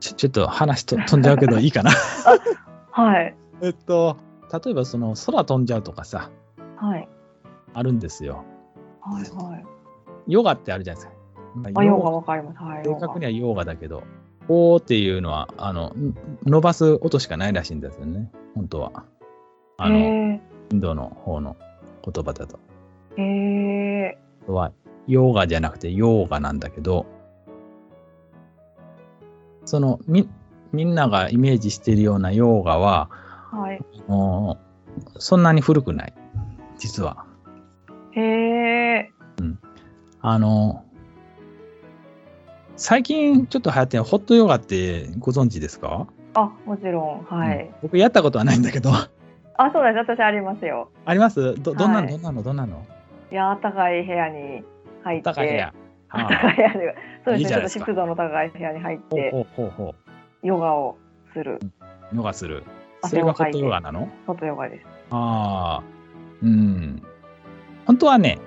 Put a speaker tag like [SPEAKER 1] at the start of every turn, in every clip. [SPEAKER 1] ちょっ と話と飛んじゃうけどいいか な。
[SPEAKER 2] はい。
[SPEAKER 1] えっと、例えばその空飛んじゃうとかさ、
[SPEAKER 2] はい。
[SPEAKER 1] あるんですよ。
[SPEAKER 2] はい。はい。
[SPEAKER 1] ヨガってあるじゃないですか。ま
[SPEAKER 2] あ、
[SPEAKER 1] ヨ
[SPEAKER 2] ヨ
[SPEAKER 1] ガ
[SPEAKER 2] ガわかります。はい。
[SPEAKER 1] 正
[SPEAKER 2] ヨガ
[SPEAKER 1] 確にはヨガだけど、おーっていうのは、あの、ん伸ばす音しかないらしいんですよね、本当は。あ
[SPEAKER 2] へ
[SPEAKER 1] の、インドの方の言葉だと。
[SPEAKER 2] え。へえ。
[SPEAKER 1] は、ヨガじゃなくてヨーガなんだけど、その、み、みんながイメージしているようなヨーガは、
[SPEAKER 2] はい。
[SPEAKER 1] あのそんなに古くない、実は。
[SPEAKER 2] へえ。
[SPEAKER 1] あの、最近ちょっと流行ってるホットヨガってご存知ですか
[SPEAKER 2] あ、もちろん。はい。
[SPEAKER 1] 僕やったことはないんだけど。
[SPEAKER 2] あ、そうです。私ありますよ。
[SPEAKER 1] ありますどどんな
[SPEAKER 2] は
[SPEAKER 1] の
[SPEAKER 2] い
[SPEAKER 1] どんなのどんなの
[SPEAKER 2] いや、暖かい部屋に入って。
[SPEAKER 1] 高い や。
[SPEAKER 2] 暖
[SPEAKER 1] は
[SPEAKER 2] かい部屋で。そう
[SPEAKER 1] い
[SPEAKER 2] で
[SPEAKER 1] い
[SPEAKER 2] す
[SPEAKER 1] じゃないで
[SPEAKER 2] ね。ちょっと
[SPEAKER 1] すか
[SPEAKER 2] 湿度の高い部屋に入っ
[SPEAKER 1] あ
[SPEAKER 2] て、
[SPEAKER 1] ほうほうほ
[SPEAKER 2] ヨガをする。
[SPEAKER 1] う。ヨガする。それ
[SPEAKER 2] 汗
[SPEAKER 1] が
[SPEAKER 2] を
[SPEAKER 1] ホ
[SPEAKER 2] か
[SPEAKER 1] ッ
[SPEAKER 2] い
[SPEAKER 1] ト
[SPEAKER 2] て
[SPEAKER 1] ヨガなの
[SPEAKER 2] 外ヨガです。
[SPEAKER 1] ああ。うん。本当はね、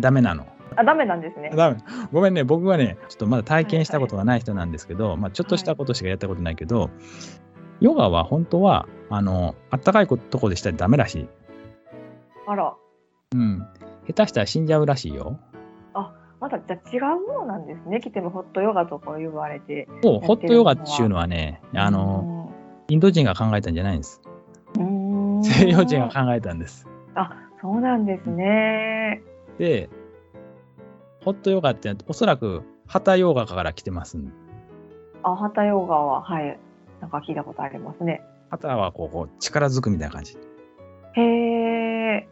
[SPEAKER 1] ダメなの。
[SPEAKER 2] あ、ダメなんですね。
[SPEAKER 1] ダメ。ごめんね、僕はね、ちょっとまだ体験したことがない人なんですけど、まあちょっとしたことしかやったことないけど、ヨガは本当は、あの、あったかいことこでしたらダメらしい。
[SPEAKER 2] あら。
[SPEAKER 1] うん。下手したら死んじゃうらしいよ。
[SPEAKER 2] まだじゃあ違うものなんですね。来てもホットヨガとか言われて。
[SPEAKER 1] もう
[SPEAKER 2] や
[SPEAKER 1] ホ
[SPEAKER 2] っ
[SPEAKER 1] ッ
[SPEAKER 2] てる
[SPEAKER 1] トヨ
[SPEAKER 2] の
[SPEAKER 1] ガ
[SPEAKER 2] は
[SPEAKER 1] っていうのはね、あの、インド人が考えたんじゃないんです。
[SPEAKER 2] うん、うーん
[SPEAKER 1] 西洋人が考えたんです。
[SPEAKER 2] あ、そうなんですね。
[SPEAKER 1] で、ホットヨガっておそらくハタヨガから来てます。
[SPEAKER 2] アハタヨガは、はい。なんか聞いたことありますね。
[SPEAKER 1] ハタはこうこう力づくみたいな感じ。
[SPEAKER 2] へえ。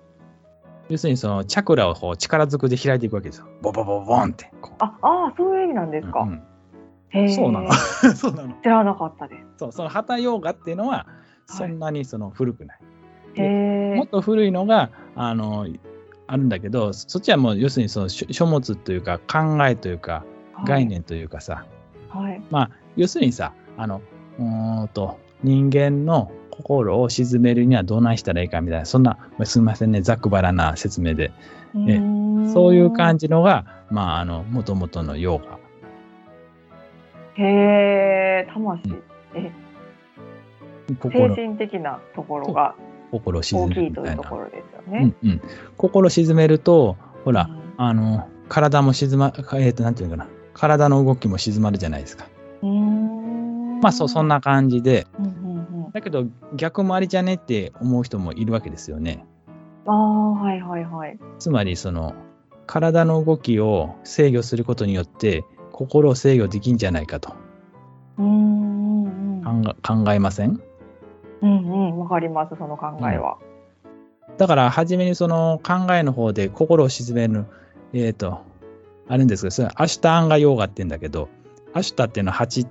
[SPEAKER 1] 要するにそのチャクラをこう力づくで開いていくわけですよ。ボボボボンってこう。
[SPEAKER 2] あ、あーそういう意味なんですか。
[SPEAKER 1] うん
[SPEAKER 2] へー
[SPEAKER 1] そうなの。 そうなの。
[SPEAKER 2] 知らなかったです。
[SPEAKER 1] そう、そのハタヨガっていうのはそんなにその古くない。
[SPEAKER 2] へ
[SPEAKER 1] もっ
[SPEAKER 2] え。
[SPEAKER 1] と古いのがあのあるんだけど、そっちはもう要するにその書書物というか考えというか概。念というかさ、
[SPEAKER 2] はい。
[SPEAKER 1] まあ、要するにさ、あの、うーんと、人間の心を沈めるにはどうないしたらいいかみたいな、そんな、まあすみませんね、ざっくばらんな説明で、えそういう感じのが、まあ、あの、もともとのヨガ。
[SPEAKER 2] じ。へえ。魂。え、精
[SPEAKER 1] 心、
[SPEAKER 2] 神的なところが
[SPEAKER 1] 心を沈
[SPEAKER 2] 大
[SPEAKER 1] め
[SPEAKER 2] き
[SPEAKER 1] る
[SPEAKER 2] い
[SPEAKER 1] み
[SPEAKER 2] と
[SPEAKER 1] た
[SPEAKER 2] い
[SPEAKER 1] いうな
[SPEAKER 2] と。ころですよ
[SPEAKER 1] う
[SPEAKER 2] ね。
[SPEAKER 1] んうん。心を沈めると、ほら
[SPEAKER 2] う、ん
[SPEAKER 1] あの、体も沈ま、えっ、と、なんていうのかな。体の動きも沈まるじゃないですか。
[SPEAKER 2] うーん
[SPEAKER 1] まあ、そう、そん。な感じで。
[SPEAKER 2] うんうんうん、
[SPEAKER 1] だけど、逆もありじゃねって思う人もいるわけですよね。
[SPEAKER 2] ああ、はいはいはい。
[SPEAKER 1] つまりその体の動きを制御することによって心を制御できんじゃないかと
[SPEAKER 2] うーんうんうん。
[SPEAKER 1] 考え考えません
[SPEAKER 2] うんうん、わかります、その考えは。
[SPEAKER 1] だから初めにその考えの方で心を沈めるえっ、とあるんですけどそれはアシュタアンガヨーガって言うんだけどアシュタっていうのは8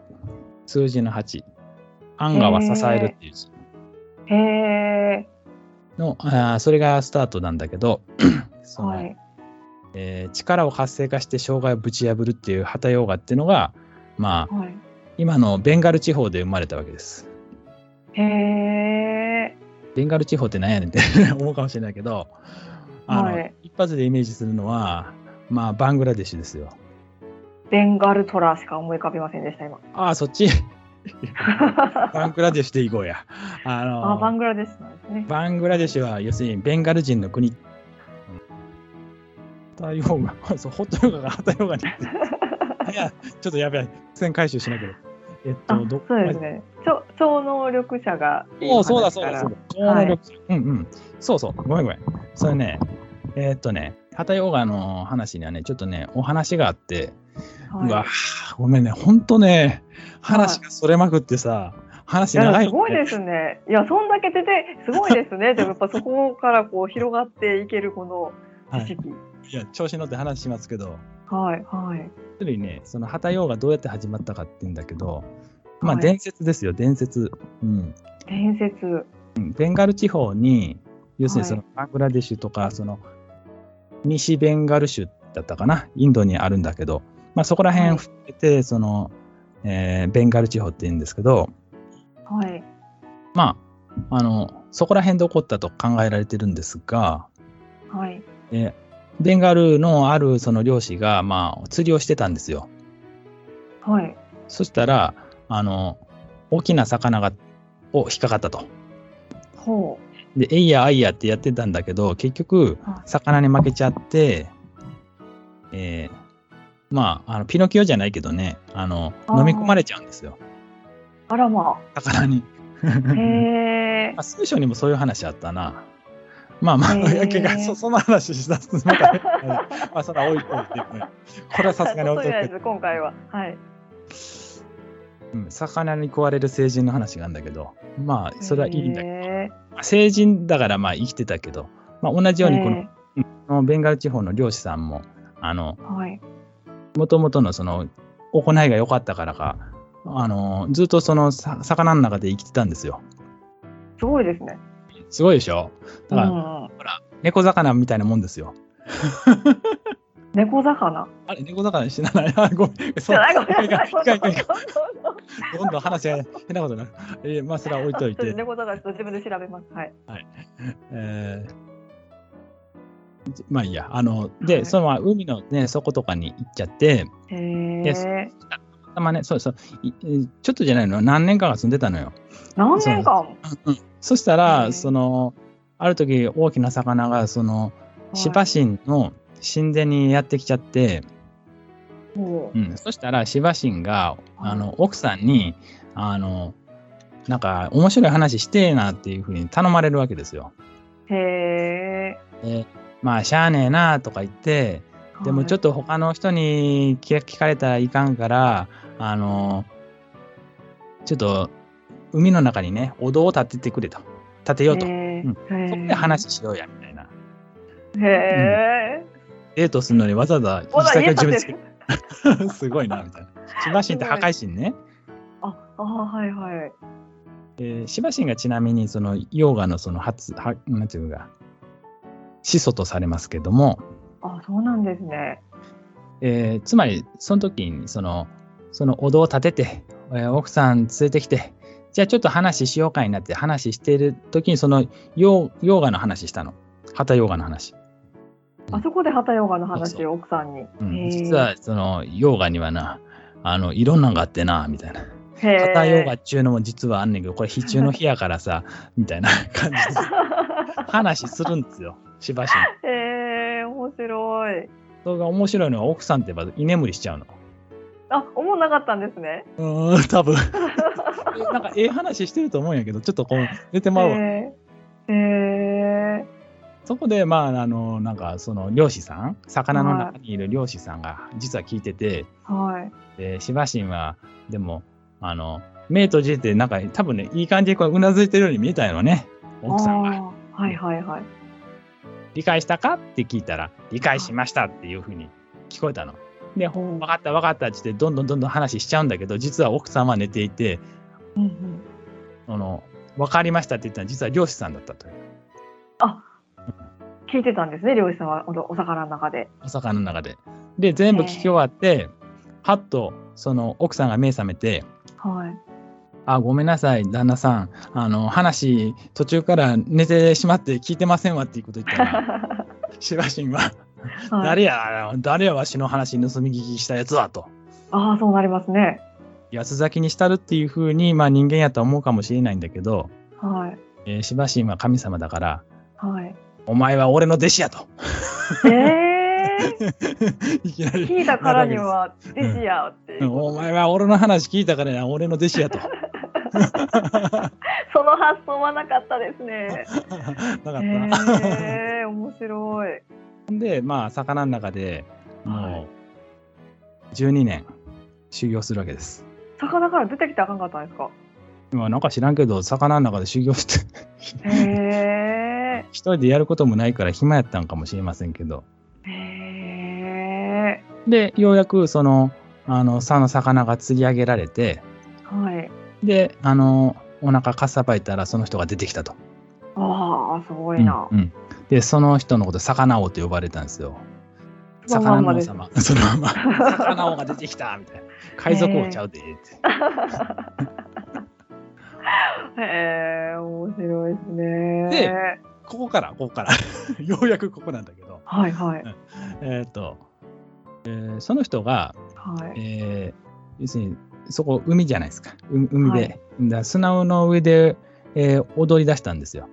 [SPEAKER 1] 数字の8アンガは支えるっていう字
[SPEAKER 2] へえ、
[SPEAKER 1] のあーそれがスタートなんだけ どその、
[SPEAKER 2] はい。
[SPEAKER 1] えー力を活性化して障害をぶち破るっていうハタヨーガっていうのがまあ
[SPEAKER 2] はい。
[SPEAKER 1] 今のベンガル地方で生まれたわけです。
[SPEAKER 2] へえ、
[SPEAKER 1] ベンガル地方ってなんやねんって 思うかもしれないけど、あの、
[SPEAKER 2] はい
[SPEAKER 1] 一発でイメージするのは、まあ、バングラデシュですよ。
[SPEAKER 2] ベンガルトラしか思い浮かびませんでした、今。
[SPEAKER 1] ああ、そっ ち、
[SPEAKER 2] あ、
[SPEAKER 1] バングラデシュで行こうや。あの
[SPEAKER 2] バングラデシュなんですね。
[SPEAKER 1] バングラデシュは、要するにベンガル人の国。ホタヨー ガ、そう、ホットヨガがハタヨーガになってるいや、ちょっとやべえ、線回収しなきゃ。えっ
[SPEAKER 2] あ
[SPEAKER 1] と、どっ
[SPEAKER 2] そうですね。超超能力者がいい
[SPEAKER 1] おう
[SPEAKER 2] 話
[SPEAKER 1] そうだそうだ
[SPEAKER 2] から
[SPEAKER 1] そうだ。超能力者、うんうん。そうそう。ごめんごめん。それね、えーっとね、ハタヨガの話にはね、ちょっとね、お話があって、
[SPEAKER 2] はいう
[SPEAKER 1] わごめんね、ほんとね、話がそれまくってさ、話
[SPEAKER 2] いや
[SPEAKER 1] 長い、ね。
[SPEAKER 2] すごいですね。いや、そんだけ出て、すごいですね。でもやっぱそこからこう広がっていけるこの
[SPEAKER 1] は
[SPEAKER 2] 知
[SPEAKER 1] い、
[SPEAKER 2] 識。
[SPEAKER 1] いや、調子に乗って話しますけど、
[SPEAKER 2] はい、はい。
[SPEAKER 1] 一人ね、そのハタヨガどうやって始まったかって言うんだけど、まあ、
[SPEAKER 2] はい
[SPEAKER 1] 伝説ですよ、伝説。うん。
[SPEAKER 2] 伝説。
[SPEAKER 1] ベンガル地方に、要するにそのバングラデシュとか、その西ベンガル州だったかな、インドにあるんだけど、まあ、そこら辺を含めて、その、えーベンガル地方って言うんですけど、
[SPEAKER 2] はい。
[SPEAKER 1] まあ、あの、そこら辺で起こったと考えられてるんですが、
[SPEAKER 2] はい。
[SPEAKER 1] えーベンガルのあるその漁師が、まあ、釣りをしてたんですよ。
[SPEAKER 2] はい。
[SPEAKER 1] そしたら、あの、大きな魚が、を引っかかったと。
[SPEAKER 2] ほ
[SPEAKER 1] で、えいやあいやってやってたんだけど、結局
[SPEAKER 2] はい、
[SPEAKER 1] 魚に負けちゃって、えーまあ、あの、ピノキオじゃないけどね、あの、
[SPEAKER 2] あー
[SPEAKER 1] 飲み込まれちゃうんですよ。
[SPEAKER 2] う。あらま
[SPEAKER 1] 魚に。
[SPEAKER 2] あ。へえ
[SPEAKER 1] あ。聖書にもそういう話あったな。まあまあ、
[SPEAKER 2] へー
[SPEAKER 1] いや結果そそんな話しだすのか まあそれは置いといて、これはさすがに
[SPEAKER 2] と
[SPEAKER 1] 置いと
[SPEAKER 2] りあえ
[SPEAKER 1] いて、
[SPEAKER 2] ず今回は、はい。
[SPEAKER 1] うん魚に食われる成人の話があるんだけど、まあそれはいいんだけ
[SPEAKER 2] け
[SPEAKER 1] ど、成人だからまあ生きてたけど、まあ、同じようにこの
[SPEAKER 2] え
[SPEAKER 1] このベンガル地方の漁師さんも、あの、
[SPEAKER 2] ーはい。
[SPEAKER 1] もともとのその行いが良かったからか、あの、ずっとそのさ魚の中で生きてたんですよ。
[SPEAKER 2] すごいですね。
[SPEAKER 1] すごいでしょだから、
[SPEAKER 2] うん、
[SPEAKER 1] 猫魚みたいなもんですよ。
[SPEAKER 2] 猫魚。
[SPEAKER 1] あれ、猫魚知らない。 あ、ごめん。
[SPEAKER 2] じ
[SPEAKER 1] そう
[SPEAKER 2] ゃないごめんなさい。
[SPEAKER 1] いかんいかんいかんいか
[SPEAKER 2] そうそうそうん
[SPEAKER 1] どんどん話が変なことになる。えーまあ、それは置いとい
[SPEAKER 2] ちょっと
[SPEAKER 1] て。
[SPEAKER 2] 猫魚ちょっと自分で調べます。はい。
[SPEAKER 1] えーまあいいや。あの、
[SPEAKER 2] は
[SPEAKER 1] で、
[SPEAKER 2] い
[SPEAKER 1] そのまま海のね、底とかに行っちゃって、
[SPEAKER 2] へ
[SPEAKER 1] です
[SPEAKER 2] え。
[SPEAKER 1] たまね、そうそう、いちょっとじゃないの、何年間か住んでたのよ。
[SPEAKER 2] 何年間。
[SPEAKER 1] そした
[SPEAKER 2] へー
[SPEAKER 1] ら、その、ある時大きな魚が、その、シバ神の神殿にやってきちゃって、
[SPEAKER 2] はいもう
[SPEAKER 1] うん、そしたらシバ神があ
[SPEAKER 2] はい
[SPEAKER 1] の奥さんにあのなんか面白い話してえなっていうふうに頼まれるわけですよ。
[SPEAKER 2] へえ。
[SPEAKER 1] まあしゃあねえなとか言ってでもちょっ
[SPEAKER 2] と。
[SPEAKER 1] と他の人に聞聞かれたらいかんからあのちょっと海の中にねお堂を建ててくれと建てようと、
[SPEAKER 2] へ
[SPEAKER 1] うん
[SPEAKER 2] ー
[SPEAKER 1] そこで。話しようやみたいな
[SPEAKER 2] へえ。
[SPEAKER 1] デートするのにわざわざ
[SPEAKER 2] まだ家
[SPEAKER 1] 自
[SPEAKER 2] 建
[SPEAKER 1] 分で
[SPEAKER 2] て
[SPEAKER 1] 作
[SPEAKER 2] る
[SPEAKER 1] る。 すごいなみたいな。シバ神って破壊神ね。
[SPEAKER 2] あ、あはいはい。
[SPEAKER 1] シバシンがちなみにそのヨーガのその初はなんていうか始祖とされますけども、
[SPEAKER 2] あ、そうなんですね。
[SPEAKER 1] えーつまりその時にそのそのお堂を立てて、えー奥さん連れてきてじゃあちょっと話しようかになって話してる時にそのヨーヨーガの話したの旗ヨーガの話、
[SPEAKER 2] あそこで旗ヨガの話
[SPEAKER 1] そう
[SPEAKER 2] を奥さんに。
[SPEAKER 1] うん
[SPEAKER 2] へー
[SPEAKER 1] 実。はそのヨーガにはなあのいろんなのがあってなみたいな
[SPEAKER 2] へえ。
[SPEAKER 1] 旗ヨーガっちゅうのも実はあんねんけどこれ非中の日やからさ みたいな感 じで話するんですよしばしん
[SPEAKER 2] へえ、面白い。
[SPEAKER 1] それが面白いのは奥さんってば居眠りしちゃうの。
[SPEAKER 2] あ、思わなかったんですね。
[SPEAKER 1] うーん、多分 えなんかええ話してると思うんやけど、ちょっとこう出てまうわ。
[SPEAKER 2] へえ。へ
[SPEAKER 1] そこで、まあ、あの、なんかその漁師さん、魚の中にいる漁師さんが実は聞いてて、
[SPEAKER 2] ーはい。
[SPEAKER 1] で、シバシンは、でも、あの、目閉じて、なんか多分ね、いい感じにこううなずいてるように見えたよね。奥さんが。
[SPEAKER 2] あーはいはいはい。
[SPEAKER 1] 理解したかって聞いたら、理解しましたっていうふうに聞こえたの。で、
[SPEAKER 2] ほう
[SPEAKER 1] 分かった分かったって言って、どんどんどんどん話しちゃうんだけど、実は奥さんは寝ていて、
[SPEAKER 2] うんうん。
[SPEAKER 1] あの、分かりましたって言ったのは実は漁師さんだったという。
[SPEAKER 2] あ、聞いてたんですね、漁師さんはおお魚の中で。
[SPEAKER 1] お魚の中で。で、全部聞き終わって、はっと、その奥さんが目覚めて、
[SPEAKER 2] はい。
[SPEAKER 1] あ、ごめんなさい、旦那さん。あの、話、途中から寝てしまって聞いてませんわっていうこと言った ら、シバシンは、誰
[SPEAKER 2] や
[SPEAKER 1] や、誰やわしの話盗み聞きしたやつは、と。
[SPEAKER 2] ああ、そうなりますね。
[SPEAKER 1] 安咲きにしたるっていうふうに、まあ人間やとは思うかもしれないんだけど、
[SPEAKER 2] はい。
[SPEAKER 1] えー、シバシンは神様だから、
[SPEAKER 2] はい。
[SPEAKER 1] お前は俺の弟子やと。
[SPEAKER 2] ええ
[SPEAKER 1] いきなり。
[SPEAKER 2] 聞いたからには、弟
[SPEAKER 1] です
[SPEAKER 2] 子やっていう、
[SPEAKER 1] お前は俺の話聞いたからや、俺の弟子やと。
[SPEAKER 2] その発想はなかったですね。
[SPEAKER 1] なかったな。
[SPEAKER 2] ええ面白い。
[SPEAKER 1] で、まあ、魚の中で
[SPEAKER 2] は
[SPEAKER 1] もう12年修行するわけです。
[SPEAKER 2] 魚から出てきてあかんかったんですか。
[SPEAKER 1] まあ、なんか知らんけど、魚の中で修行して、
[SPEAKER 2] へえ
[SPEAKER 1] 一人でやることもないから暇やったんかもしれませんけど。
[SPEAKER 2] へえ
[SPEAKER 1] で、ようやくその、あの、さの魚が釣り上げられて、
[SPEAKER 2] はい。
[SPEAKER 1] で、あの、お腹かっさばいたらその人が出てきたと。
[SPEAKER 2] ああ、すごいな。
[SPEAKER 1] うんうんで、その人のこと、魚王と呼ばれたんですよ。
[SPEAKER 2] そのま
[SPEAKER 1] 魚
[SPEAKER 2] んま
[SPEAKER 1] の王
[SPEAKER 2] です
[SPEAKER 1] 様。そのまま。魚王が出てきたみたいな。海賊王ちゃうでって。
[SPEAKER 2] へえ面白いですね。
[SPEAKER 1] でここから、ここから。 ようやくここなんだけど。
[SPEAKER 2] はいはい
[SPEAKER 1] えっ、と、えーその人が、
[SPEAKER 2] はい。
[SPEAKER 1] えー要するに、そこ海じゃないですか。海海で。
[SPEAKER 2] はい
[SPEAKER 1] だから砂の上で、えー踊り出したんですよ。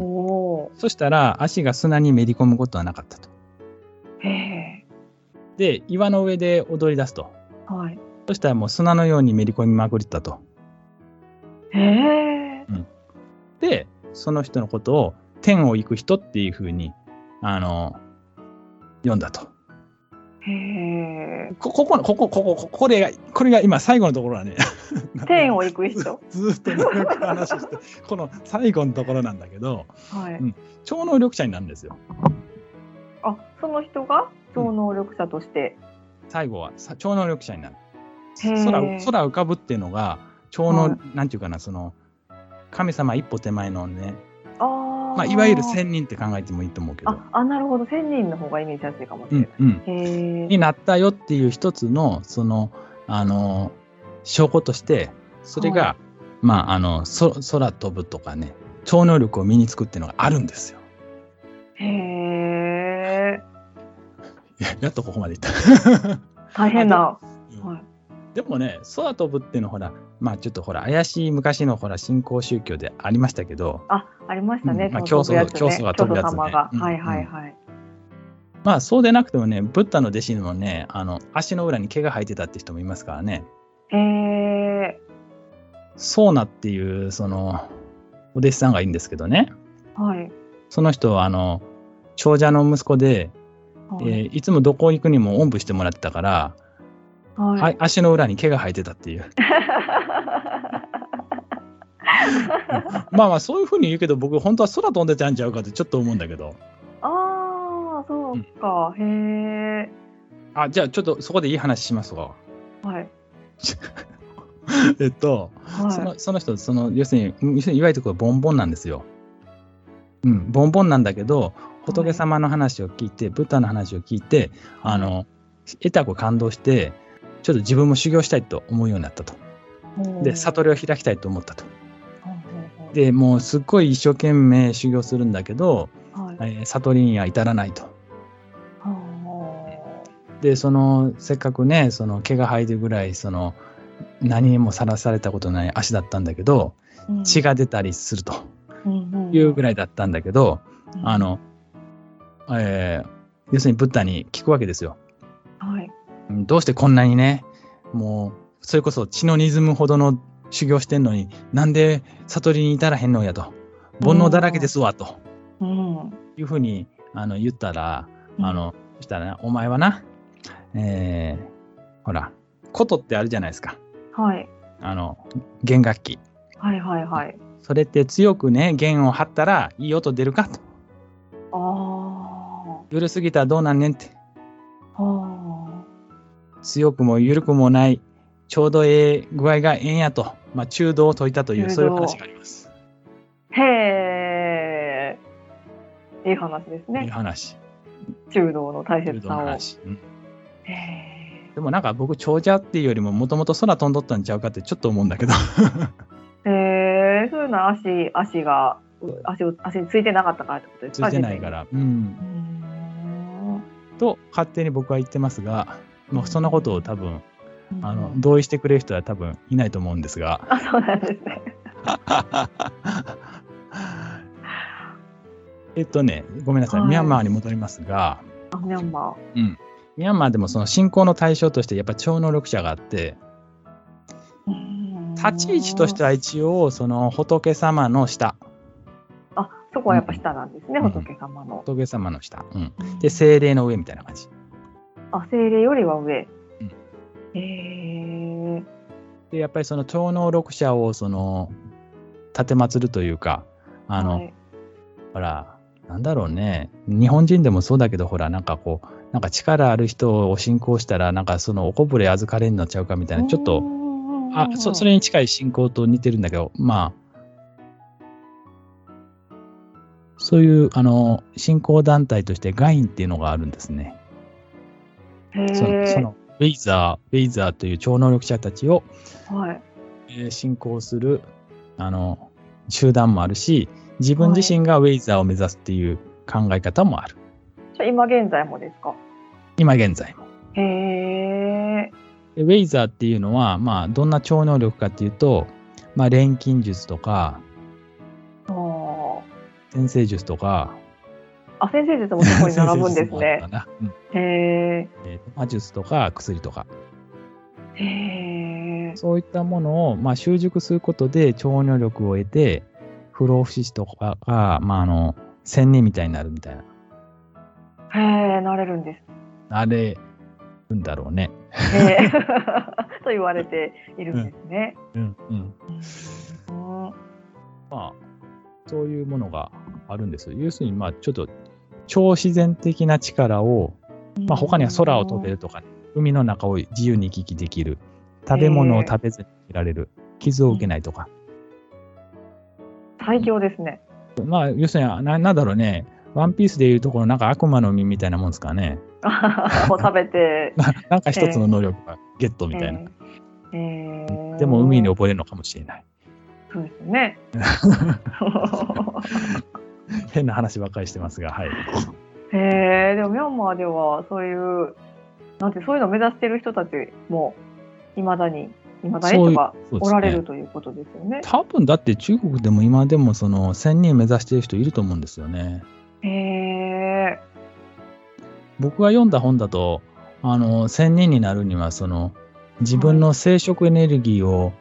[SPEAKER 2] おお
[SPEAKER 1] そしたら足が砂にめり込むことはなかったと。
[SPEAKER 2] ー。へえ。
[SPEAKER 1] で、岩の上で踊り出すと。
[SPEAKER 2] はい。
[SPEAKER 1] そしたらもう砂のようにめり込みまくりだと。
[SPEAKER 2] へえ。
[SPEAKER 1] で、その人のことを天を行く人っていうふうに、あの、読んだと。
[SPEAKER 2] へえ。
[SPEAKER 1] こ、ここの、ここ、ここ、ここれが、これが今最後のところはね。
[SPEAKER 2] 天を行く人。
[SPEAKER 1] ずーっと長く話して、この最後のところなんだけど、
[SPEAKER 2] はい。
[SPEAKER 1] 超能力者になるんですよ。
[SPEAKER 2] あ、その人が超能力者として。
[SPEAKER 1] 最後はさ超能力者になる。
[SPEAKER 2] へー
[SPEAKER 1] 空空浮かぶっていうのが、超能、
[SPEAKER 2] はい
[SPEAKER 1] なんていうかな、その、神様一歩手前のね、
[SPEAKER 2] ああ。
[SPEAKER 1] まあ、いわゆる仙人って考えてもいいと思うけど、
[SPEAKER 2] あ、あ、なるほど。千人の方がイメージしやすいかも
[SPEAKER 1] う
[SPEAKER 2] しれない
[SPEAKER 1] ん。うん、
[SPEAKER 2] へえ。
[SPEAKER 1] になったよっていう一つの、その、あの、証拠として、それが、
[SPEAKER 2] は
[SPEAKER 1] まあ、あの、そ空飛ぶとかね、超能力を身につくっていうのがあるんですよ。
[SPEAKER 2] へえ。
[SPEAKER 1] いややっとここまでいった。
[SPEAKER 2] 大変だ。
[SPEAKER 1] うん
[SPEAKER 2] はい。
[SPEAKER 1] でもね、空飛ぶっていうのはほら、まあちょっとほら、怪しい昔のほら、新興宗教でありましたけど、
[SPEAKER 2] あ、ありましたね。
[SPEAKER 1] うんまあ
[SPEAKER 2] その飛ぶやつね
[SPEAKER 1] 競争競争が飛ぶやつね
[SPEAKER 2] 競争様が。
[SPEAKER 1] うん
[SPEAKER 2] はいはいはい。
[SPEAKER 1] まあそうでなくてもね、ブッダの弟子にもね、あの、足の裏に毛が生えてたって人もいますからね、
[SPEAKER 2] へえ。
[SPEAKER 1] ソーナっていう、その、お弟子さんがいいんですけどね、
[SPEAKER 2] はい。
[SPEAKER 1] その人はあの、長者の息子で、
[SPEAKER 2] はい
[SPEAKER 1] えーいつもどこ行くにもおんぶしてもらってたから、
[SPEAKER 2] は。
[SPEAKER 1] はいい、足の裏に毛が生えてたっていう。まあまあそういうふうに言うけど、僕本当は空飛んでたんちゃうかってちょっと思うんだけど。
[SPEAKER 2] ああ、そうか。へえ。
[SPEAKER 1] あ、じゃあちょっとそこでいい話しますわ。
[SPEAKER 2] はい。
[SPEAKER 1] えっと、そ
[SPEAKER 2] は
[SPEAKER 1] のその人その要するに要するにいわゆるこれボンボンなんですよ。うん、ボンボンなんだけど仏様の話を聞いて、ブッダの話を聞いてあの得たく感動してちょっと自分も修行したいと思うようになったと。
[SPEAKER 2] い。
[SPEAKER 1] で悟りを開きたいと思ったと。
[SPEAKER 2] ほうほうほう、
[SPEAKER 1] でもうすっごい一生懸命修行するんだけど、
[SPEAKER 2] はい
[SPEAKER 1] えー悟りには至らないと。
[SPEAKER 2] ほうほ
[SPEAKER 1] でそのせっかくねその毛が生えるぐらいその何にもさらされたことない足だったんだけど
[SPEAKER 2] ううん
[SPEAKER 1] 血が出たりすると。
[SPEAKER 2] うん
[SPEAKER 1] いうぐら
[SPEAKER 2] らい、
[SPEAKER 1] いだったんだけど、
[SPEAKER 2] うん
[SPEAKER 1] あ、の、えー要するにブッダに聞くわけですよ。
[SPEAKER 2] はい、
[SPEAKER 1] うんどうしてこんなにね、もう、それこそ血の滲むほどの修行してんのに、なんで悟りに至らへんのやと、煩悩だらけですわ、と
[SPEAKER 2] うん、
[SPEAKER 1] いうふうにあの言ったら、あの、そしたらね、お前はな、えーほら、琴ってあるじゃないですか。
[SPEAKER 2] はい、
[SPEAKER 1] あの、弦楽器。
[SPEAKER 2] はいはいはい、
[SPEAKER 1] それって強くね、弦を張ったらいい音出るかと。
[SPEAKER 2] ああ、
[SPEAKER 1] 緩すぎたらどうなんねんって。
[SPEAKER 2] は
[SPEAKER 1] 強くも緩くもない、ちょうどええ具合がええんやと、まあ、中道を解いたという、
[SPEAKER 2] 中道
[SPEAKER 1] そういう話があります。
[SPEAKER 2] あ、へえ、いい話で
[SPEAKER 1] い
[SPEAKER 2] す
[SPEAKER 1] う
[SPEAKER 2] ね。
[SPEAKER 1] 話。
[SPEAKER 2] 中道の大
[SPEAKER 1] 中
[SPEAKER 2] 切
[SPEAKER 1] 道の
[SPEAKER 2] さを。
[SPEAKER 1] 話。うん
[SPEAKER 2] へえ
[SPEAKER 1] でもなんか僕、長者っていうよりも、もともと空飛んどったんちゃうかってちょっと思うんだ けど。
[SPEAKER 2] へえ、そういうのは足、足が、う足を、足についてなかったからってことです
[SPEAKER 1] つ
[SPEAKER 2] か。
[SPEAKER 1] いてないか。ら。う。
[SPEAKER 2] うんーん。
[SPEAKER 1] と、勝手に僕は言ってますが、まあ、そんなことを多分、あの、
[SPEAKER 2] うん
[SPEAKER 1] 同意してくれる人は多分いないと思うんです が。
[SPEAKER 2] あ、そうなんですね。
[SPEAKER 1] えっとね、ごめんなさい。
[SPEAKER 2] はい
[SPEAKER 1] ミャンマーに戻りますが、
[SPEAKER 2] あ、ミャンマー。
[SPEAKER 1] ミャンマーでもその信仰の対象としてやっぱ超能力者があって、
[SPEAKER 2] うーん
[SPEAKER 1] 立ち位置としては一応その仏様の下
[SPEAKER 2] あそこはやっぱ下なんですね、
[SPEAKER 1] うん
[SPEAKER 2] 仏様の。
[SPEAKER 1] 仏様の下、うん、で精霊の上みたいな感じ
[SPEAKER 2] あ精霊よりは上。
[SPEAKER 1] うん
[SPEAKER 2] へえ
[SPEAKER 1] でやっぱりその超能力者をその奉るというかあの、
[SPEAKER 2] はい
[SPEAKER 1] ほらなんだろうね日本人でもそうだけどほらなんかこうなんか力ある人を信仰したらなんかそのおこぼれ預かれんのちゃうかみたいなちょっ
[SPEAKER 2] う
[SPEAKER 1] と
[SPEAKER 2] んうんうん
[SPEAKER 1] あそそれに近い信仰と似てるんだけどまあそういうあの信仰団体としてガインっていうのがあるんですね。
[SPEAKER 2] へえ
[SPEAKER 1] そのそのウェイザー、ウェイザーという超能力者たちを、
[SPEAKER 2] はい
[SPEAKER 1] えー信仰するあの集団もあるし、自分自身がウェイザーを目指すっていう考え方もある。
[SPEAKER 2] じゃあ今現在もですか
[SPEAKER 1] 今現在も。
[SPEAKER 2] へえ
[SPEAKER 1] でウェイザーっていうのは、まあ、どんな超能力かっていうと、まあ、錬金術とか、
[SPEAKER 2] あー
[SPEAKER 1] 先生術とか、
[SPEAKER 2] あ先生術もそこに並ぶんで
[SPEAKER 1] 占星
[SPEAKER 2] す
[SPEAKER 1] 術 も
[SPEAKER 2] ね
[SPEAKER 1] あるか。なうん
[SPEAKER 2] へえ
[SPEAKER 1] えー魔術とか薬とか、
[SPEAKER 2] へえ。
[SPEAKER 1] そういったものを、まあ、習熟することで超能力を得て、不老不死とかが、まあ、あの、千人みたいになるみたいな。
[SPEAKER 2] へえ、なれるんです。
[SPEAKER 1] あれ、うんだろうね。
[SPEAKER 2] へ えと言われているんですね。
[SPEAKER 1] うんうん。
[SPEAKER 2] うん
[SPEAKER 1] そういうものがあるんです。要するに、まあ、ちょっと、超自然的な力を、まあ、他には空を飛べる。とか、海の中を自由に行き来できる、食べ物を食べずに生きられる、傷を受けないとか。
[SPEAKER 2] 最強で すね。
[SPEAKER 1] まあ、要するにな、なんだろうね、ワンピースでいうところ、なんか悪魔の実みたいなもんですからね。
[SPEAKER 2] もう食べて。
[SPEAKER 1] ななんか一つの能力がゲットみたいな。
[SPEAKER 2] ええええ
[SPEAKER 1] でも海に溺れるのかもしれない。
[SPEAKER 2] そうですね。
[SPEAKER 1] 変な話ばっかりしてますが、はい。
[SPEAKER 2] へえ、でもミャンマーではそういう、なんてそういうのを目指してる人たちも、いまだに、いまだにとか、
[SPEAKER 1] そう
[SPEAKER 2] おられ
[SPEAKER 1] です
[SPEAKER 2] る
[SPEAKER 1] ね。
[SPEAKER 2] ということですよね。
[SPEAKER 1] 多分だって中国でも今でもその1000人目指してる人いると思うんですよね。
[SPEAKER 2] へえ、
[SPEAKER 1] 僕が読んだ本だと、あの、1000人になるには、その、自分の生殖エネルギーを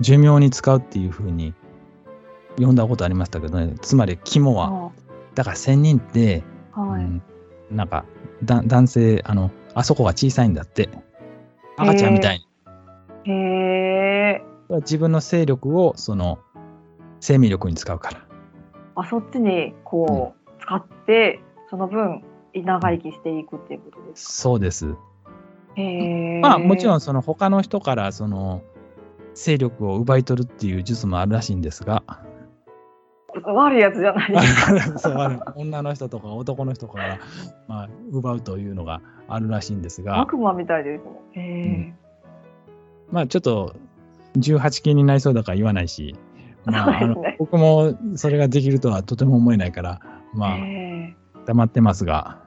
[SPEAKER 1] 寿命に使うっていうふうに読んだことありましたけどね。つまり肝は。
[SPEAKER 2] は
[SPEAKER 1] だから1000人って、
[SPEAKER 2] い。は
[SPEAKER 1] う
[SPEAKER 2] い
[SPEAKER 1] ん、なんかだ男性あのあそこが小さいんだって赤ちゃんみたいに、
[SPEAKER 2] へえ。
[SPEAKER 1] 自分の勢力をその生命力に使うから
[SPEAKER 2] あそっちにこう、使ってその分長生きしていくっていうことです
[SPEAKER 1] そうです、
[SPEAKER 2] か。へ
[SPEAKER 1] まあもちろ
[SPEAKER 2] ん。
[SPEAKER 1] んその他の人からその勢力を奪い取るっていう術もあるらしいんですが
[SPEAKER 2] 悪いやつじゃない。
[SPEAKER 1] そうある女の人とか男の人から、まあ、奪うというのがあるらしいんですが、
[SPEAKER 2] 悪魔みたいですもん。へ
[SPEAKER 1] まあ、ちょっと18禁になりそうだから言わないし、まあ、あ
[SPEAKER 2] そ
[SPEAKER 1] の
[SPEAKER 2] うですね
[SPEAKER 1] 僕もそれができるとはとても思えないから、
[SPEAKER 2] え。
[SPEAKER 1] まあ、
[SPEAKER 2] へ
[SPEAKER 1] 黙ってますが、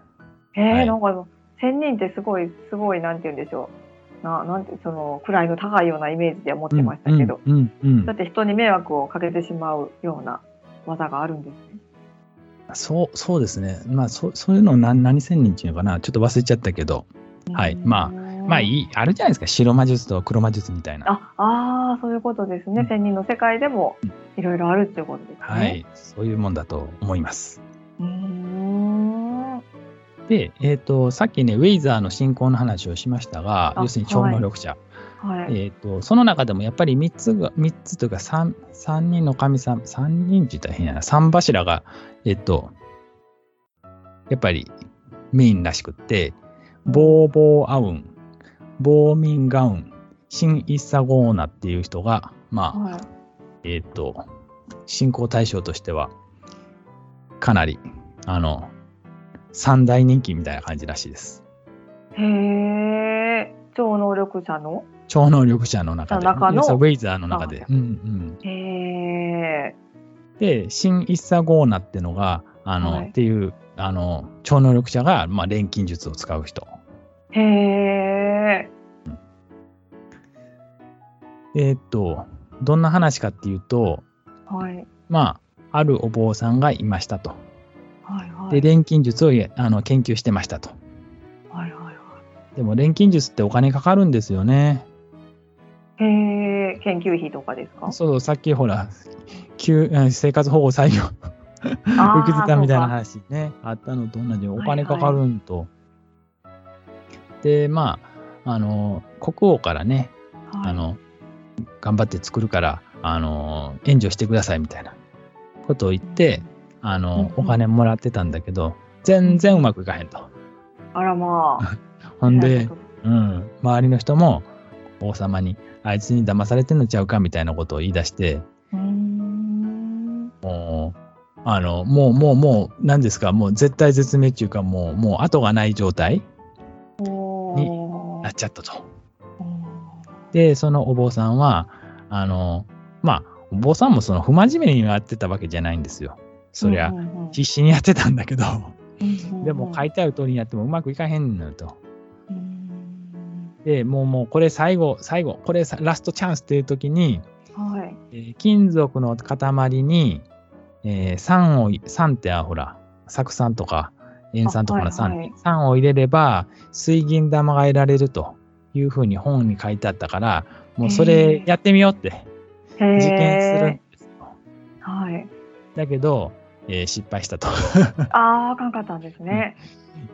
[SPEAKER 2] え。へ
[SPEAKER 1] は
[SPEAKER 2] え。
[SPEAKER 1] い
[SPEAKER 2] なんか千人ってすごいすごいなんて言うんでしょう。ななんてその位の高いようなイメージでは持ってましたけど、
[SPEAKER 1] うんうんうん
[SPEAKER 2] だって人に迷惑をかけてしまうような技があるんですね。
[SPEAKER 1] そうそうですね、まあ、そそういうのを何何千人っていうのかな、ちょっと忘れちゃったけど、はいま
[SPEAKER 2] あ
[SPEAKER 1] まあい
[SPEAKER 2] い。
[SPEAKER 1] い、あるじゃないですか、白魔術と黒魔術みたいな。
[SPEAKER 2] ああーそういうことです
[SPEAKER 1] う
[SPEAKER 2] ね
[SPEAKER 1] ん。
[SPEAKER 2] 千人の世界でもいろいろあるっていうことですね。
[SPEAKER 1] はい、そういうもんだと思います。
[SPEAKER 2] うーん。
[SPEAKER 1] で、えっとさっきね、ウェイザーの信仰の話をしましたが、
[SPEAKER 2] あ
[SPEAKER 1] 要するに超能力者、
[SPEAKER 2] はい。
[SPEAKER 1] えっとその中でもやっぱり3つが三つというか 3, 三人の神様、3人って言ったら変やな、3柱が、えっ、と、やっぱりメインらしくって、ボーボーアウン、ボーミンガウン、シン・イッサゴーナっていう人が、まあ、
[SPEAKER 2] はい。
[SPEAKER 1] えっ、と、信仰対象としては、かなり、あの、三大人気みたいな感じらしいです。
[SPEAKER 2] へえ。超能力者の。超
[SPEAKER 1] 超能力者の中で、
[SPEAKER 2] 中の
[SPEAKER 1] 要するにウェイザーの中で。うんうん
[SPEAKER 2] へえ。
[SPEAKER 1] で、新イッサゴーナってのが、あの、
[SPEAKER 2] はい
[SPEAKER 1] っていう、あの、超能力者が、まあ、錬金術を使う人。
[SPEAKER 2] へえ。
[SPEAKER 1] えーっと、どんな話かっていうと、
[SPEAKER 2] はい。
[SPEAKER 1] まあ、あるお坊さんがいましたと。
[SPEAKER 2] はいは
[SPEAKER 1] で、
[SPEAKER 2] い。
[SPEAKER 1] 錬金術をやあの研究してましたと。
[SPEAKER 2] はいはいは
[SPEAKER 1] でも、錬金術ってお金かかるんですよね。
[SPEAKER 2] い。へえ。研究費とかですか。
[SPEAKER 1] そう、さっきほら、給うん生活保護採用
[SPEAKER 2] あー
[SPEAKER 1] 受けてたみたいな
[SPEAKER 2] そう
[SPEAKER 1] 話
[SPEAKER 2] か
[SPEAKER 1] ね、あったのと同じようにお
[SPEAKER 2] はいは
[SPEAKER 1] 金
[SPEAKER 2] い
[SPEAKER 1] かかるんと。で、まあ、あの、国王からね、
[SPEAKER 2] はい
[SPEAKER 1] あ。の、頑張って作るから、あの、援助してくださいみたいなことを言って、あの、
[SPEAKER 2] うん
[SPEAKER 1] お金もらってたんだけど、全然うまくいかへんと。
[SPEAKER 2] あらまあ。
[SPEAKER 1] ほんで
[SPEAKER 2] そ、ういうこ
[SPEAKER 1] うん、周りの人も王様に、あいつに騙されてんのちゃうかみたいなことを言い出して、
[SPEAKER 2] と。うーん。
[SPEAKER 1] あの、もう、もう、もう、何ですか、もう絶対絶命っていうか、もう、もう後がない状態に
[SPEAKER 2] お
[SPEAKER 1] なっ
[SPEAKER 2] ー
[SPEAKER 1] ちゃったと。
[SPEAKER 2] お
[SPEAKER 1] で、そのお坊さんは、あの、まあ、お坊さんもその不真面目にやってたわけじゃないんですよ。
[SPEAKER 2] ー。
[SPEAKER 1] そりゃ
[SPEAKER 2] うん、うん
[SPEAKER 1] 必死にやってたんだけど、でも書
[SPEAKER 2] い。
[SPEAKER 1] いてある通りにやってもうまくいかへんのよと。
[SPEAKER 2] うーん
[SPEAKER 1] でもうもうこれ最後最後これさラストチャンスっていう時に、
[SPEAKER 2] はい。
[SPEAKER 1] えー金属の塊に、えー酸を酸ってあほら酢酸とか塩酸とかの酸、
[SPEAKER 2] あはいはい
[SPEAKER 1] 酸を入れれば水銀玉が得られるというふうに本に書いてあったからもうそれやってみようって
[SPEAKER 2] へえ。
[SPEAKER 1] 実験するんですよ。
[SPEAKER 2] はい。
[SPEAKER 1] だけど、えー失敗したと。
[SPEAKER 2] ああ、あかんかったんですね。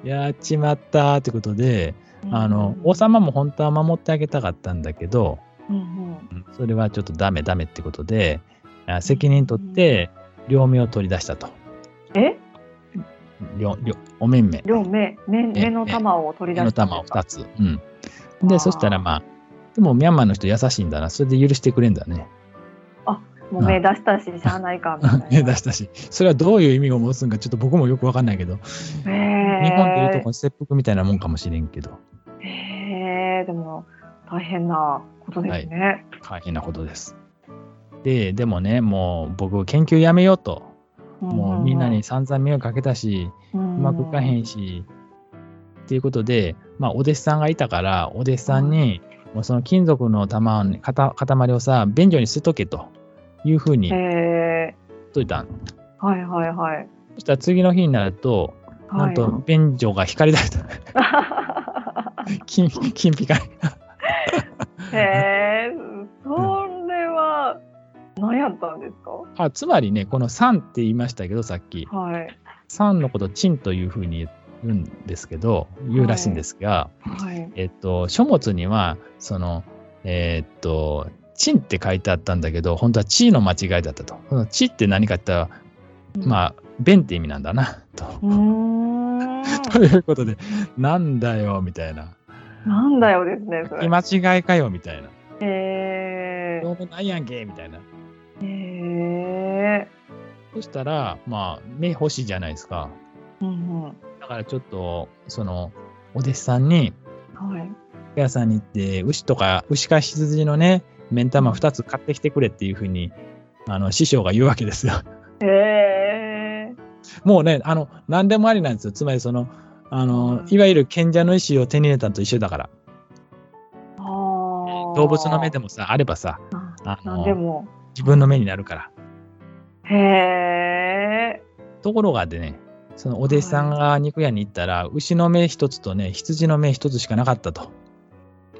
[SPEAKER 1] やっちまったってことで、あの王様も本当は守ってあげたかったんだけど、
[SPEAKER 2] うんうん。
[SPEAKER 1] うんそれはちょっとダメダメってことで、あ責任取って両目を取り出したと。
[SPEAKER 2] え
[SPEAKER 1] 両両お面目
[SPEAKER 2] 両目、目
[SPEAKER 1] ね
[SPEAKER 2] 目の玉を取り
[SPEAKER 1] 目
[SPEAKER 2] 出
[SPEAKER 1] の
[SPEAKER 2] したんで
[SPEAKER 1] 玉
[SPEAKER 2] す
[SPEAKER 1] を
[SPEAKER 2] か。
[SPEAKER 1] 2つ。うん、
[SPEAKER 2] あ
[SPEAKER 1] で
[SPEAKER 2] ー
[SPEAKER 1] そしたらまあでもミャンマーの人優しいんだなそれで許してくれんだね。
[SPEAKER 2] もう目出したし、しゃあないか、みた いな。
[SPEAKER 1] 出したしそれはどういう意味を持つんかちょっと僕もよくわかんないけど、
[SPEAKER 2] へ
[SPEAKER 1] 日本でいうと
[SPEAKER 2] え
[SPEAKER 1] こ。の切腹みたいなもんかもしれんけど
[SPEAKER 2] へえ、でも、大変なことですね。
[SPEAKER 1] 大変なことです。ででもねもう僕研究やめようともうみんなに散々迷惑かけたし、
[SPEAKER 2] う
[SPEAKER 1] うんまくいかへんし、っていうことで、まあ、お弟子さんがいたから、お弟子さんに、もうその金属の玉をね、かた塊をさ、便所に捨てとけというふうに
[SPEAKER 2] へ
[SPEAKER 1] 言っ
[SPEAKER 2] え。
[SPEAKER 1] といたの。
[SPEAKER 2] はいはいはい。
[SPEAKER 1] そしたら次の日になると、
[SPEAKER 2] は
[SPEAKER 1] ないんと便所が光り 出した。金、金ピカリ。
[SPEAKER 2] へえ、それは何やったんですか
[SPEAKER 1] あつまりね、この酸って言いましたけど、さっき。
[SPEAKER 2] はい。
[SPEAKER 1] 酸のこと、チンというふうに言うんですけど、言うらしいんですが、
[SPEAKER 2] はい。
[SPEAKER 1] えっと、書物には、その、えーっと、チンって書いてあったんだけど、本当はチーの間違いだったと。そのチって何かって言ったら、ま
[SPEAKER 2] あ。
[SPEAKER 1] あ、弁って意味なんだな、と。
[SPEAKER 2] うーん。
[SPEAKER 1] ということで、なんだよ、みたいな。
[SPEAKER 2] なんだよですね、そ
[SPEAKER 1] 書
[SPEAKER 2] れ
[SPEAKER 1] き。間違いかよ、みたいな。
[SPEAKER 2] へ
[SPEAKER 1] どうもないやんけ、みたいな。
[SPEAKER 2] え。へえ。
[SPEAKER 1] そしたら、まあ、目欲しいじゃないですか。
[SPEAKER 2] うんうん。
[SPEAKER 1] だからちょっと、その、お弟子さんに、
[SPEAKER 2] はい。
[SPEAKER 1] 服屋さんに行って、牛とか、牛か羊のね、目ん玉2つ買ってきてくれっていうふうに、あの、師匠が言うわけですよ。
[SPEAKER 2] へえ。
[SPEAKER 1] もうね、あの、何でもありなんですよ。つまり、その、あの、いわゆる賢者の意思を手に入れたのと一緒だから。
[SPEAKER 2] あ
[SPEAKER 1] 動物の目で
[SPEAKER 2] も。
[SPEAKER 1] もさ、あればさ、あ
[SPEAKER 2] なんで
[SPEAKER 1] の、
[SPEAKER 2] も。
[SPEAKER 1] 自分の目になるから。
[SPEAKER 2] へえ。
[SPEAKER 1] ところがでね、そのお弟子さんが肉屋に行ったら、牛の目一つとね、羊の目一つしかなかったと。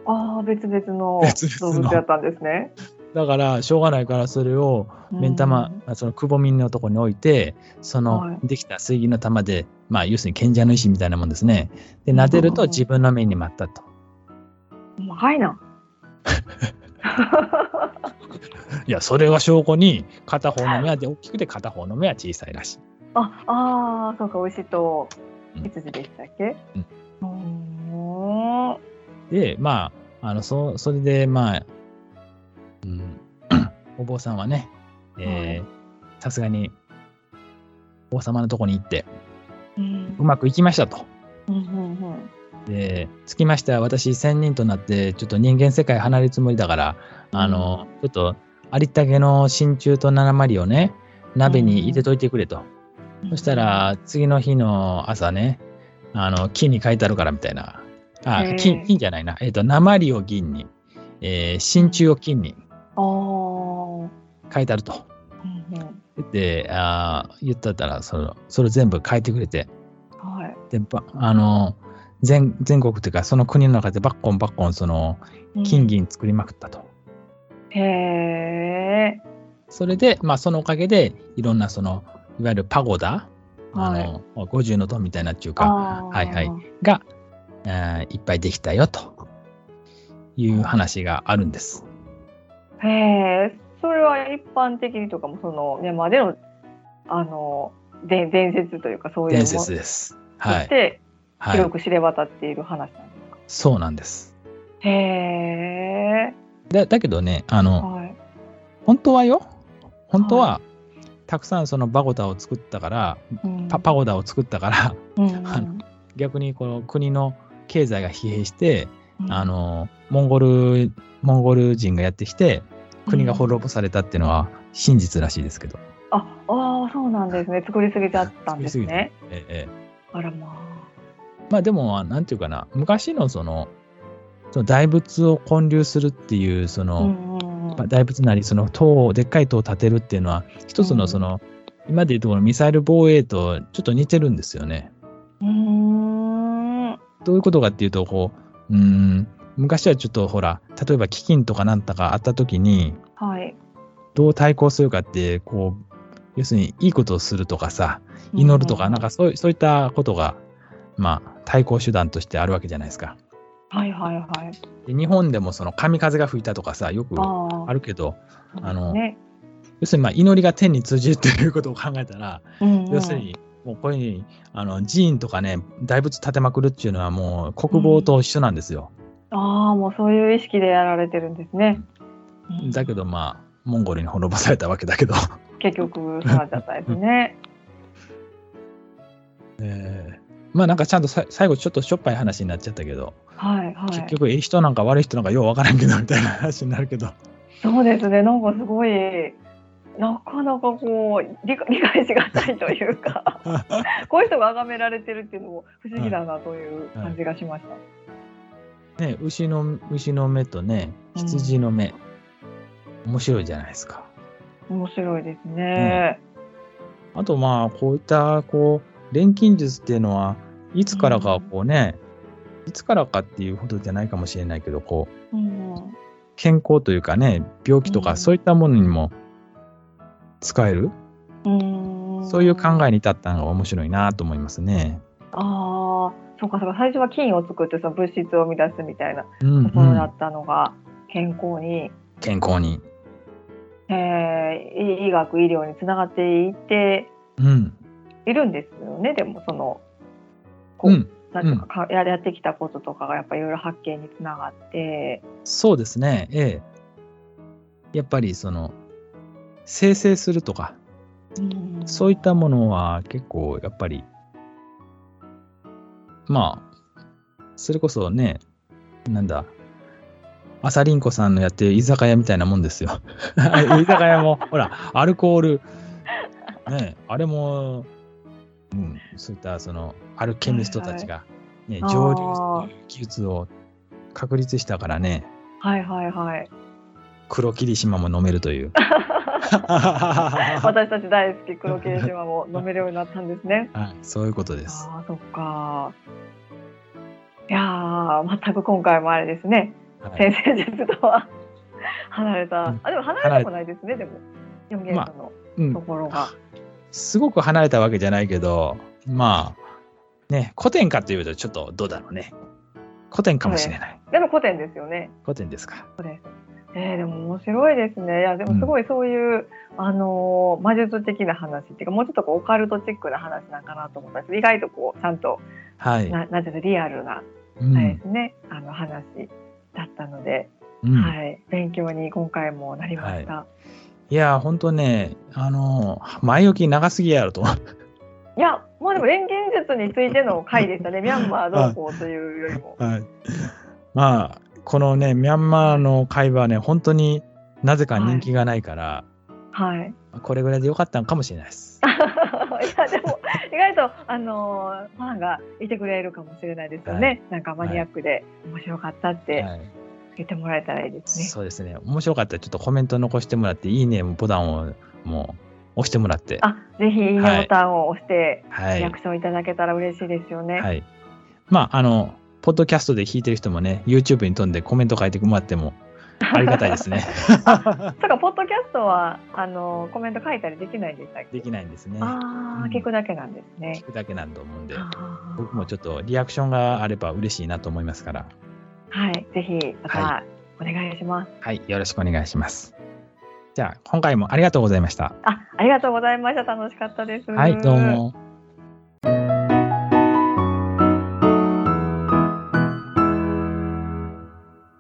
[SPEAKER 2] ああ、別々の
[SPEAKER 1] 別
[SPEAKER 2] 動
[SPEAKER 1] 々の
[SPEAKER 2] 物やったんですね。
[SPEAKER 1] だから、しょうがないから、それを、 目ん玉、そのくぼみのとこに置いて、そ
[SPEAKER 2] はい
[SPEAKER 1] の、できた水銀の玉で、まあ、要するに賢者の意思みたいなもんですね。で、撫でると自分の目にまったと。
[SPEAKER 2] うん。うまいな。
[SPEAKER 1] いや、それが証拠に、片方の目は大きくて、片方の目は小さいらしい。
[SPEAKER 2] あ、ああ、そうか、牛と羊でしたっけ？
[SPEAKER 1] うん
[SPEAKER 2] うーん。は
[SPEAKER 1] で、まあ、あのそそれで、まあ、うん、 お坊さんはね、えーさすがに王様のとこに行って、
[SPEAKER 2] い。う
[SPEAKER 1] うんまくいきましたと。
[SPEAKER 2] うんうん
[SPEAKER 1] で、つきましては私、仙人となって、ちょっと人間世界離れるつもりだから、あの、ちょっとありったけの真鍮と七まりをね、鍋に入れといてくれと。
[SPEAKER 2] うん。
[SPEAKER 1] そしたら、次の日の朝ね、あの、金に書いてあるからみたいな。あ
[SPEAKER 2] へー、
[SPEAKER 1] 金、金じゃないな。えっ、と、鉛を銀に、えー真鍮を金に
[SPEAKER 2] ああ、うん
[SPEAKER 1] 書いてあると。
[SPEAKER 2] うん
[SPEAKER 1] で、あー言ったったら、その、それ全部書いてくれて、
[SPEAKER 2] はい。
[SPEAKER 1] で、ばあの、全、全国っていうか、その国の中でバッコンバッコン、その、
[SPEAKER 2] うん
[SPEAKER 1] 金。銀作りまくったと。
[SPEAKER 2] へえ。
[SPEAKER 1] それで、まあ、そのおかげで、いろんな、その、いわゆるパゴダ、あの、50の塔みたいなっていうか、
[SPEAKER 2] あー
[SPEAKER 1] はいはいが、えーいっぱいできたよという話があるんです。
[SPEAKER 2] へえ。それは一般的にとかもそのねまあでのあので伝説というかそういう
[SPEAKER 1] 伝
[SPEAKER 2] もの
[SPEAKER 1] 説
[SPEAKER 2] と
[SPEAKER 1] です。は
[SPEAKER 2] し
[SPEAKER 1] い。
[SPEAKER 2] て
[SPEAKER 1] は
[SPEAKER 2] 広
[SPEAKER 1] い、
[SPEAKER 2] く知れ渡っている話なんですか。
[SPEAKER 1] そうなんです。
[SPEAKER 2] へえ。
[SPEAKER 1] だだけどねあの、
[SPEAKER 2] はい。
[SPEAKER 1] 本当はよ、本当は、たくさんそのバゴダを作ったから、
[SPEAKER 2] うん
[SPEAKER 1] パパゴダを作ったから、
[SPEAKER 2] うん
[SPEAKER 1] あ逆にこの国の経済が疲弊して、
[SPEAKER 2] うん
[SPEAKER 1] あの、モンゴル、モンゴル人がやってきて、国が滅ぼされたっていうのは真実らしいですけど。
[SPEAKER 2] あ、ああ、そうなんですね。作りすぎちゃったんです
[SPEAKER 1] 作りすぎて
[SPEAKER 2] ね。
[SPEAKER 1] ええ
[SPEAKER 2] あらま
[SPEAKER 1] まあでも、なんていうかな、昔のその、その大仏を建立するっていう、その、まあ大仏なり、その塔を、でっかい塔を建てるっていうのは、一つ
[SPEAKER 2] う
[SPEAKER 1] の
[SPEAKER 2] ん
[SPEAKER 1] その、今でいうところのミサイル防衛とちょっと似てるんですよね。
[SPEAKER 2] うん。
[SPEAKER 1] どういうことかっていうと、こう、うーん、昔はちょっとほら、例えば飢饉とかなんとかあった時に、
[SPEAKER 2] はい。
[SPEAKER 1] どう対抗するかって、こう、要するにいいことをするとかさ、祈るとか、なんかそういそういったことが、まあ、対抗手段としてあるわけじゃないですか。
[SPEAKER 2] はいはいはい。
[SPEAKER 1] で日本でもその神風が吹いたとかさ、よく
[SPEAKER 2] あ
[SPEAKER 1] あるけど、
[SPEAKER 2] あ
[SPEAKER 1] あの
[SPEAKER 2] ね、
[SPEAKER 1] 要するにまあ祈りが天に通じるということを考えたら、
[SPEAKER 2] うんうん
[SPEAKER 1] 要する。に、もうこういうふうにあの寺院とかね、大仏建てまくるっていうのはもう国防と一緒なんですよ。
[SPEAKER 2] ああ、もうそういう意識でやられてるんですね。
[SPEAKER 1] だけどまあ、モンゴルに滅ぼされたわけだけど。
[SPEAKER 2] 結局、そうなっちゃったですね。
[SPEAKER 1] まあなんかちゃんとさ最後ちょっとしょっぱい話になっちゃったけど、
[SPEAKER 2] はいは
[SPEAKER 1] 結
[SPEAKER 2] い。
[SPEAKER 1] 局いい人なんか悪い人なんかようわからんけどみたいな話になるけど、
[SPEAKER 2] そうですね。なんかすごい、なかなかこう理解理解しがたいという か、こういう人が崇められてるっていうのも不思議だなという感じがしました。
[SPEAKER 1] ね、牛の牛の目とね
[SPEAKER 2] うん
[SPEAKER 1] 羊の目、面白いじゃないですか。
[SPEAKER 2] 面白いですね。
[SPEAKER 1] あとまあこういったこう錬金術っていうのはいつからかこうね、いつからかっていうほどじゃないかもしれないけどこう
[SPEAKER 2] うん。
[SPEAKER 1] 健康というかね病気と
[SPEAKER 2] う
[SPEAKER 1] か
[SPEAKER 2] ん
[SPEAKER 1] そういったものにも使える、
[SPEAKER 2] うん
[SPEAKER 1] そういう考えに至ったのが面白いなと思いますね。
[SPEAKER 2] ああ、そうかそうか。最初は金を作ってその物質を生み出すみたいな
[SPEAKER 1] うんうん
[SPEAKER 2] ところだったのが、健康に、
[SPEAKER 1] 健康に。
[SPEAKER 2] えー、医医学医療につながっていって
[SPEAKER 1] うん。
[SPEAKER 2] いるんですよね。でもそのこう
[SPEAKER 1] うん。
[SPEAKER 2] なんていうかかややってきたこととかがやっぱいろいろ発見につながって、
[SPEAKER 1] そうですね。ええ。やっぱりその、生成するとか、
[SPEAKER 2] うん
[SPEAKER 1] そういったものは結構やっぱり、まあ、それこそね、なんだ、朝凛子さんのやってる居酒屋みたいなもんです よ。居酒屋も、ほら、アルコール、ね、あれも、うん、そういったその、アルケミストたちが、ね、
[SPEAKER 2] はい
[SPEAKER 1] 蒸
[SPEAKER 2] あ
[SPEAKER 1] 留技術を確立したからね、
[SPEAKER 2] はいは いはい。
[SPEAKER 1] 黒霧島も飲めると いう。は
[SPEAKER 2] 私たち大好き黒霧島も飲めるようになったんですね。
[SPEAKER 1] い、そういうことです。
[SPEAKER 2] ああ、そっか。いやー、全く今回もあれですね。
[SPEAKER 1] はい
[SPEAKER 2] 先生術とは 離れ
[SPEAKER 1] う
[SPEAKER 2] た
[SPEAKER 1] ん。
[SPEAKER 2] あ、でも離れてもないですね。でも四元素の
[SPEAKER 1] う
[SPEAKER 2] と
[SPEAKER 1] ん、
[SPEAKER 2] ころが。
[SPEAKER 1] すごく離れたわけじゃないけど、まあ、ね、古典かというとちょっとどうだろうね。古典かもしれない。
[SPEAKER 2] でも古典ですよね。
[SPEAKER 1] 古典ですか。
[SPEAKER 2] えー、でも面白いですね。いやでもすごいそういう、あのー魔術的な話っていうかもうちょっとこうオカルトチックな話なんかなと思ったんです。意外とこうちゃんと
[SPEAKER 1] はい。
[SPEAKER 2] ななんていうのリアルな、
[SPEAKER 1] う
[SPEAKER 2] あれ
[SPEAKER 1] ん
[SPEAKER 2] で。すねあの話だったので、
[SPEAKER 1] うん
[SPEAKER 2] はい勉強に今回もなりました。
[SPEAKER 1] いや、本当ね、あの、前置き長すぎやろと。
[SPEAKER 2] いや、まあでも錬金術についての回でした ね。ミャンマー同行というよりも。
[SPEAKER 1] はい。まあ、このね、ミャンマーの会話はね、本当になぜか人気がないから、
[SPEAKER 2] はい。
[SPEAKER 1] これぐらいでよかったのかもしれないです。
[SPEAKER 2] いや、でも、意外と、あのーファンがいてくれるかもしれないですよね。
[SPEAKER 1] は
[SPEAKER 2] なんかマニアックで面白かったって
[SPEAKER 1] はい
[SPEAKER 2] 言ってもらえたらいいですね。
[SPEAKER 1] そうですね。面白かったらちょっとコメント残してもらって、いいねボタンをもう押してもらって。
[SPEAKER 2] あ、ぜひ、いいねボタンを押して、
[SPEAKER 1] は
[SPEAKER 2] リア
[SPEAKER 1] い
[SPEAKER 2] ク。ションいただけたら嬉しいですよね。
[SPEAKER 1] はい。まあ、あの、ポッドキャストで弾いてる人もね、YouTube に飛んでコメント書いてもらってもありがたいです ね。
[SPEAKER 2] そうか、ポッドキャストは、あのーコメント書いたりできないんでしたっけ
[SPEAKER 1] できないんですね。
[SPEAKER 2] ああ、聞くだけなんですね
[SPEAKER 1] 聞。くだけなんと思うんで、
[SPEAKER 2] あー
[SPEAKER 1] 僕もちょっとリアクションがあれば嬉しいなと思いますから、
[SPEAKER 2] はい、ぜひ、また
[SPEAKER 1] は、
[SPEAKER 2] お願いします。
[SPEAKER 1] はい、よろしくお願いします。じゃあ、今回もありがとうございました。
[SPEAKER 2] あ、ありがとうございました。楽しかったです。
[SPEAKER 1] はい、どう。も。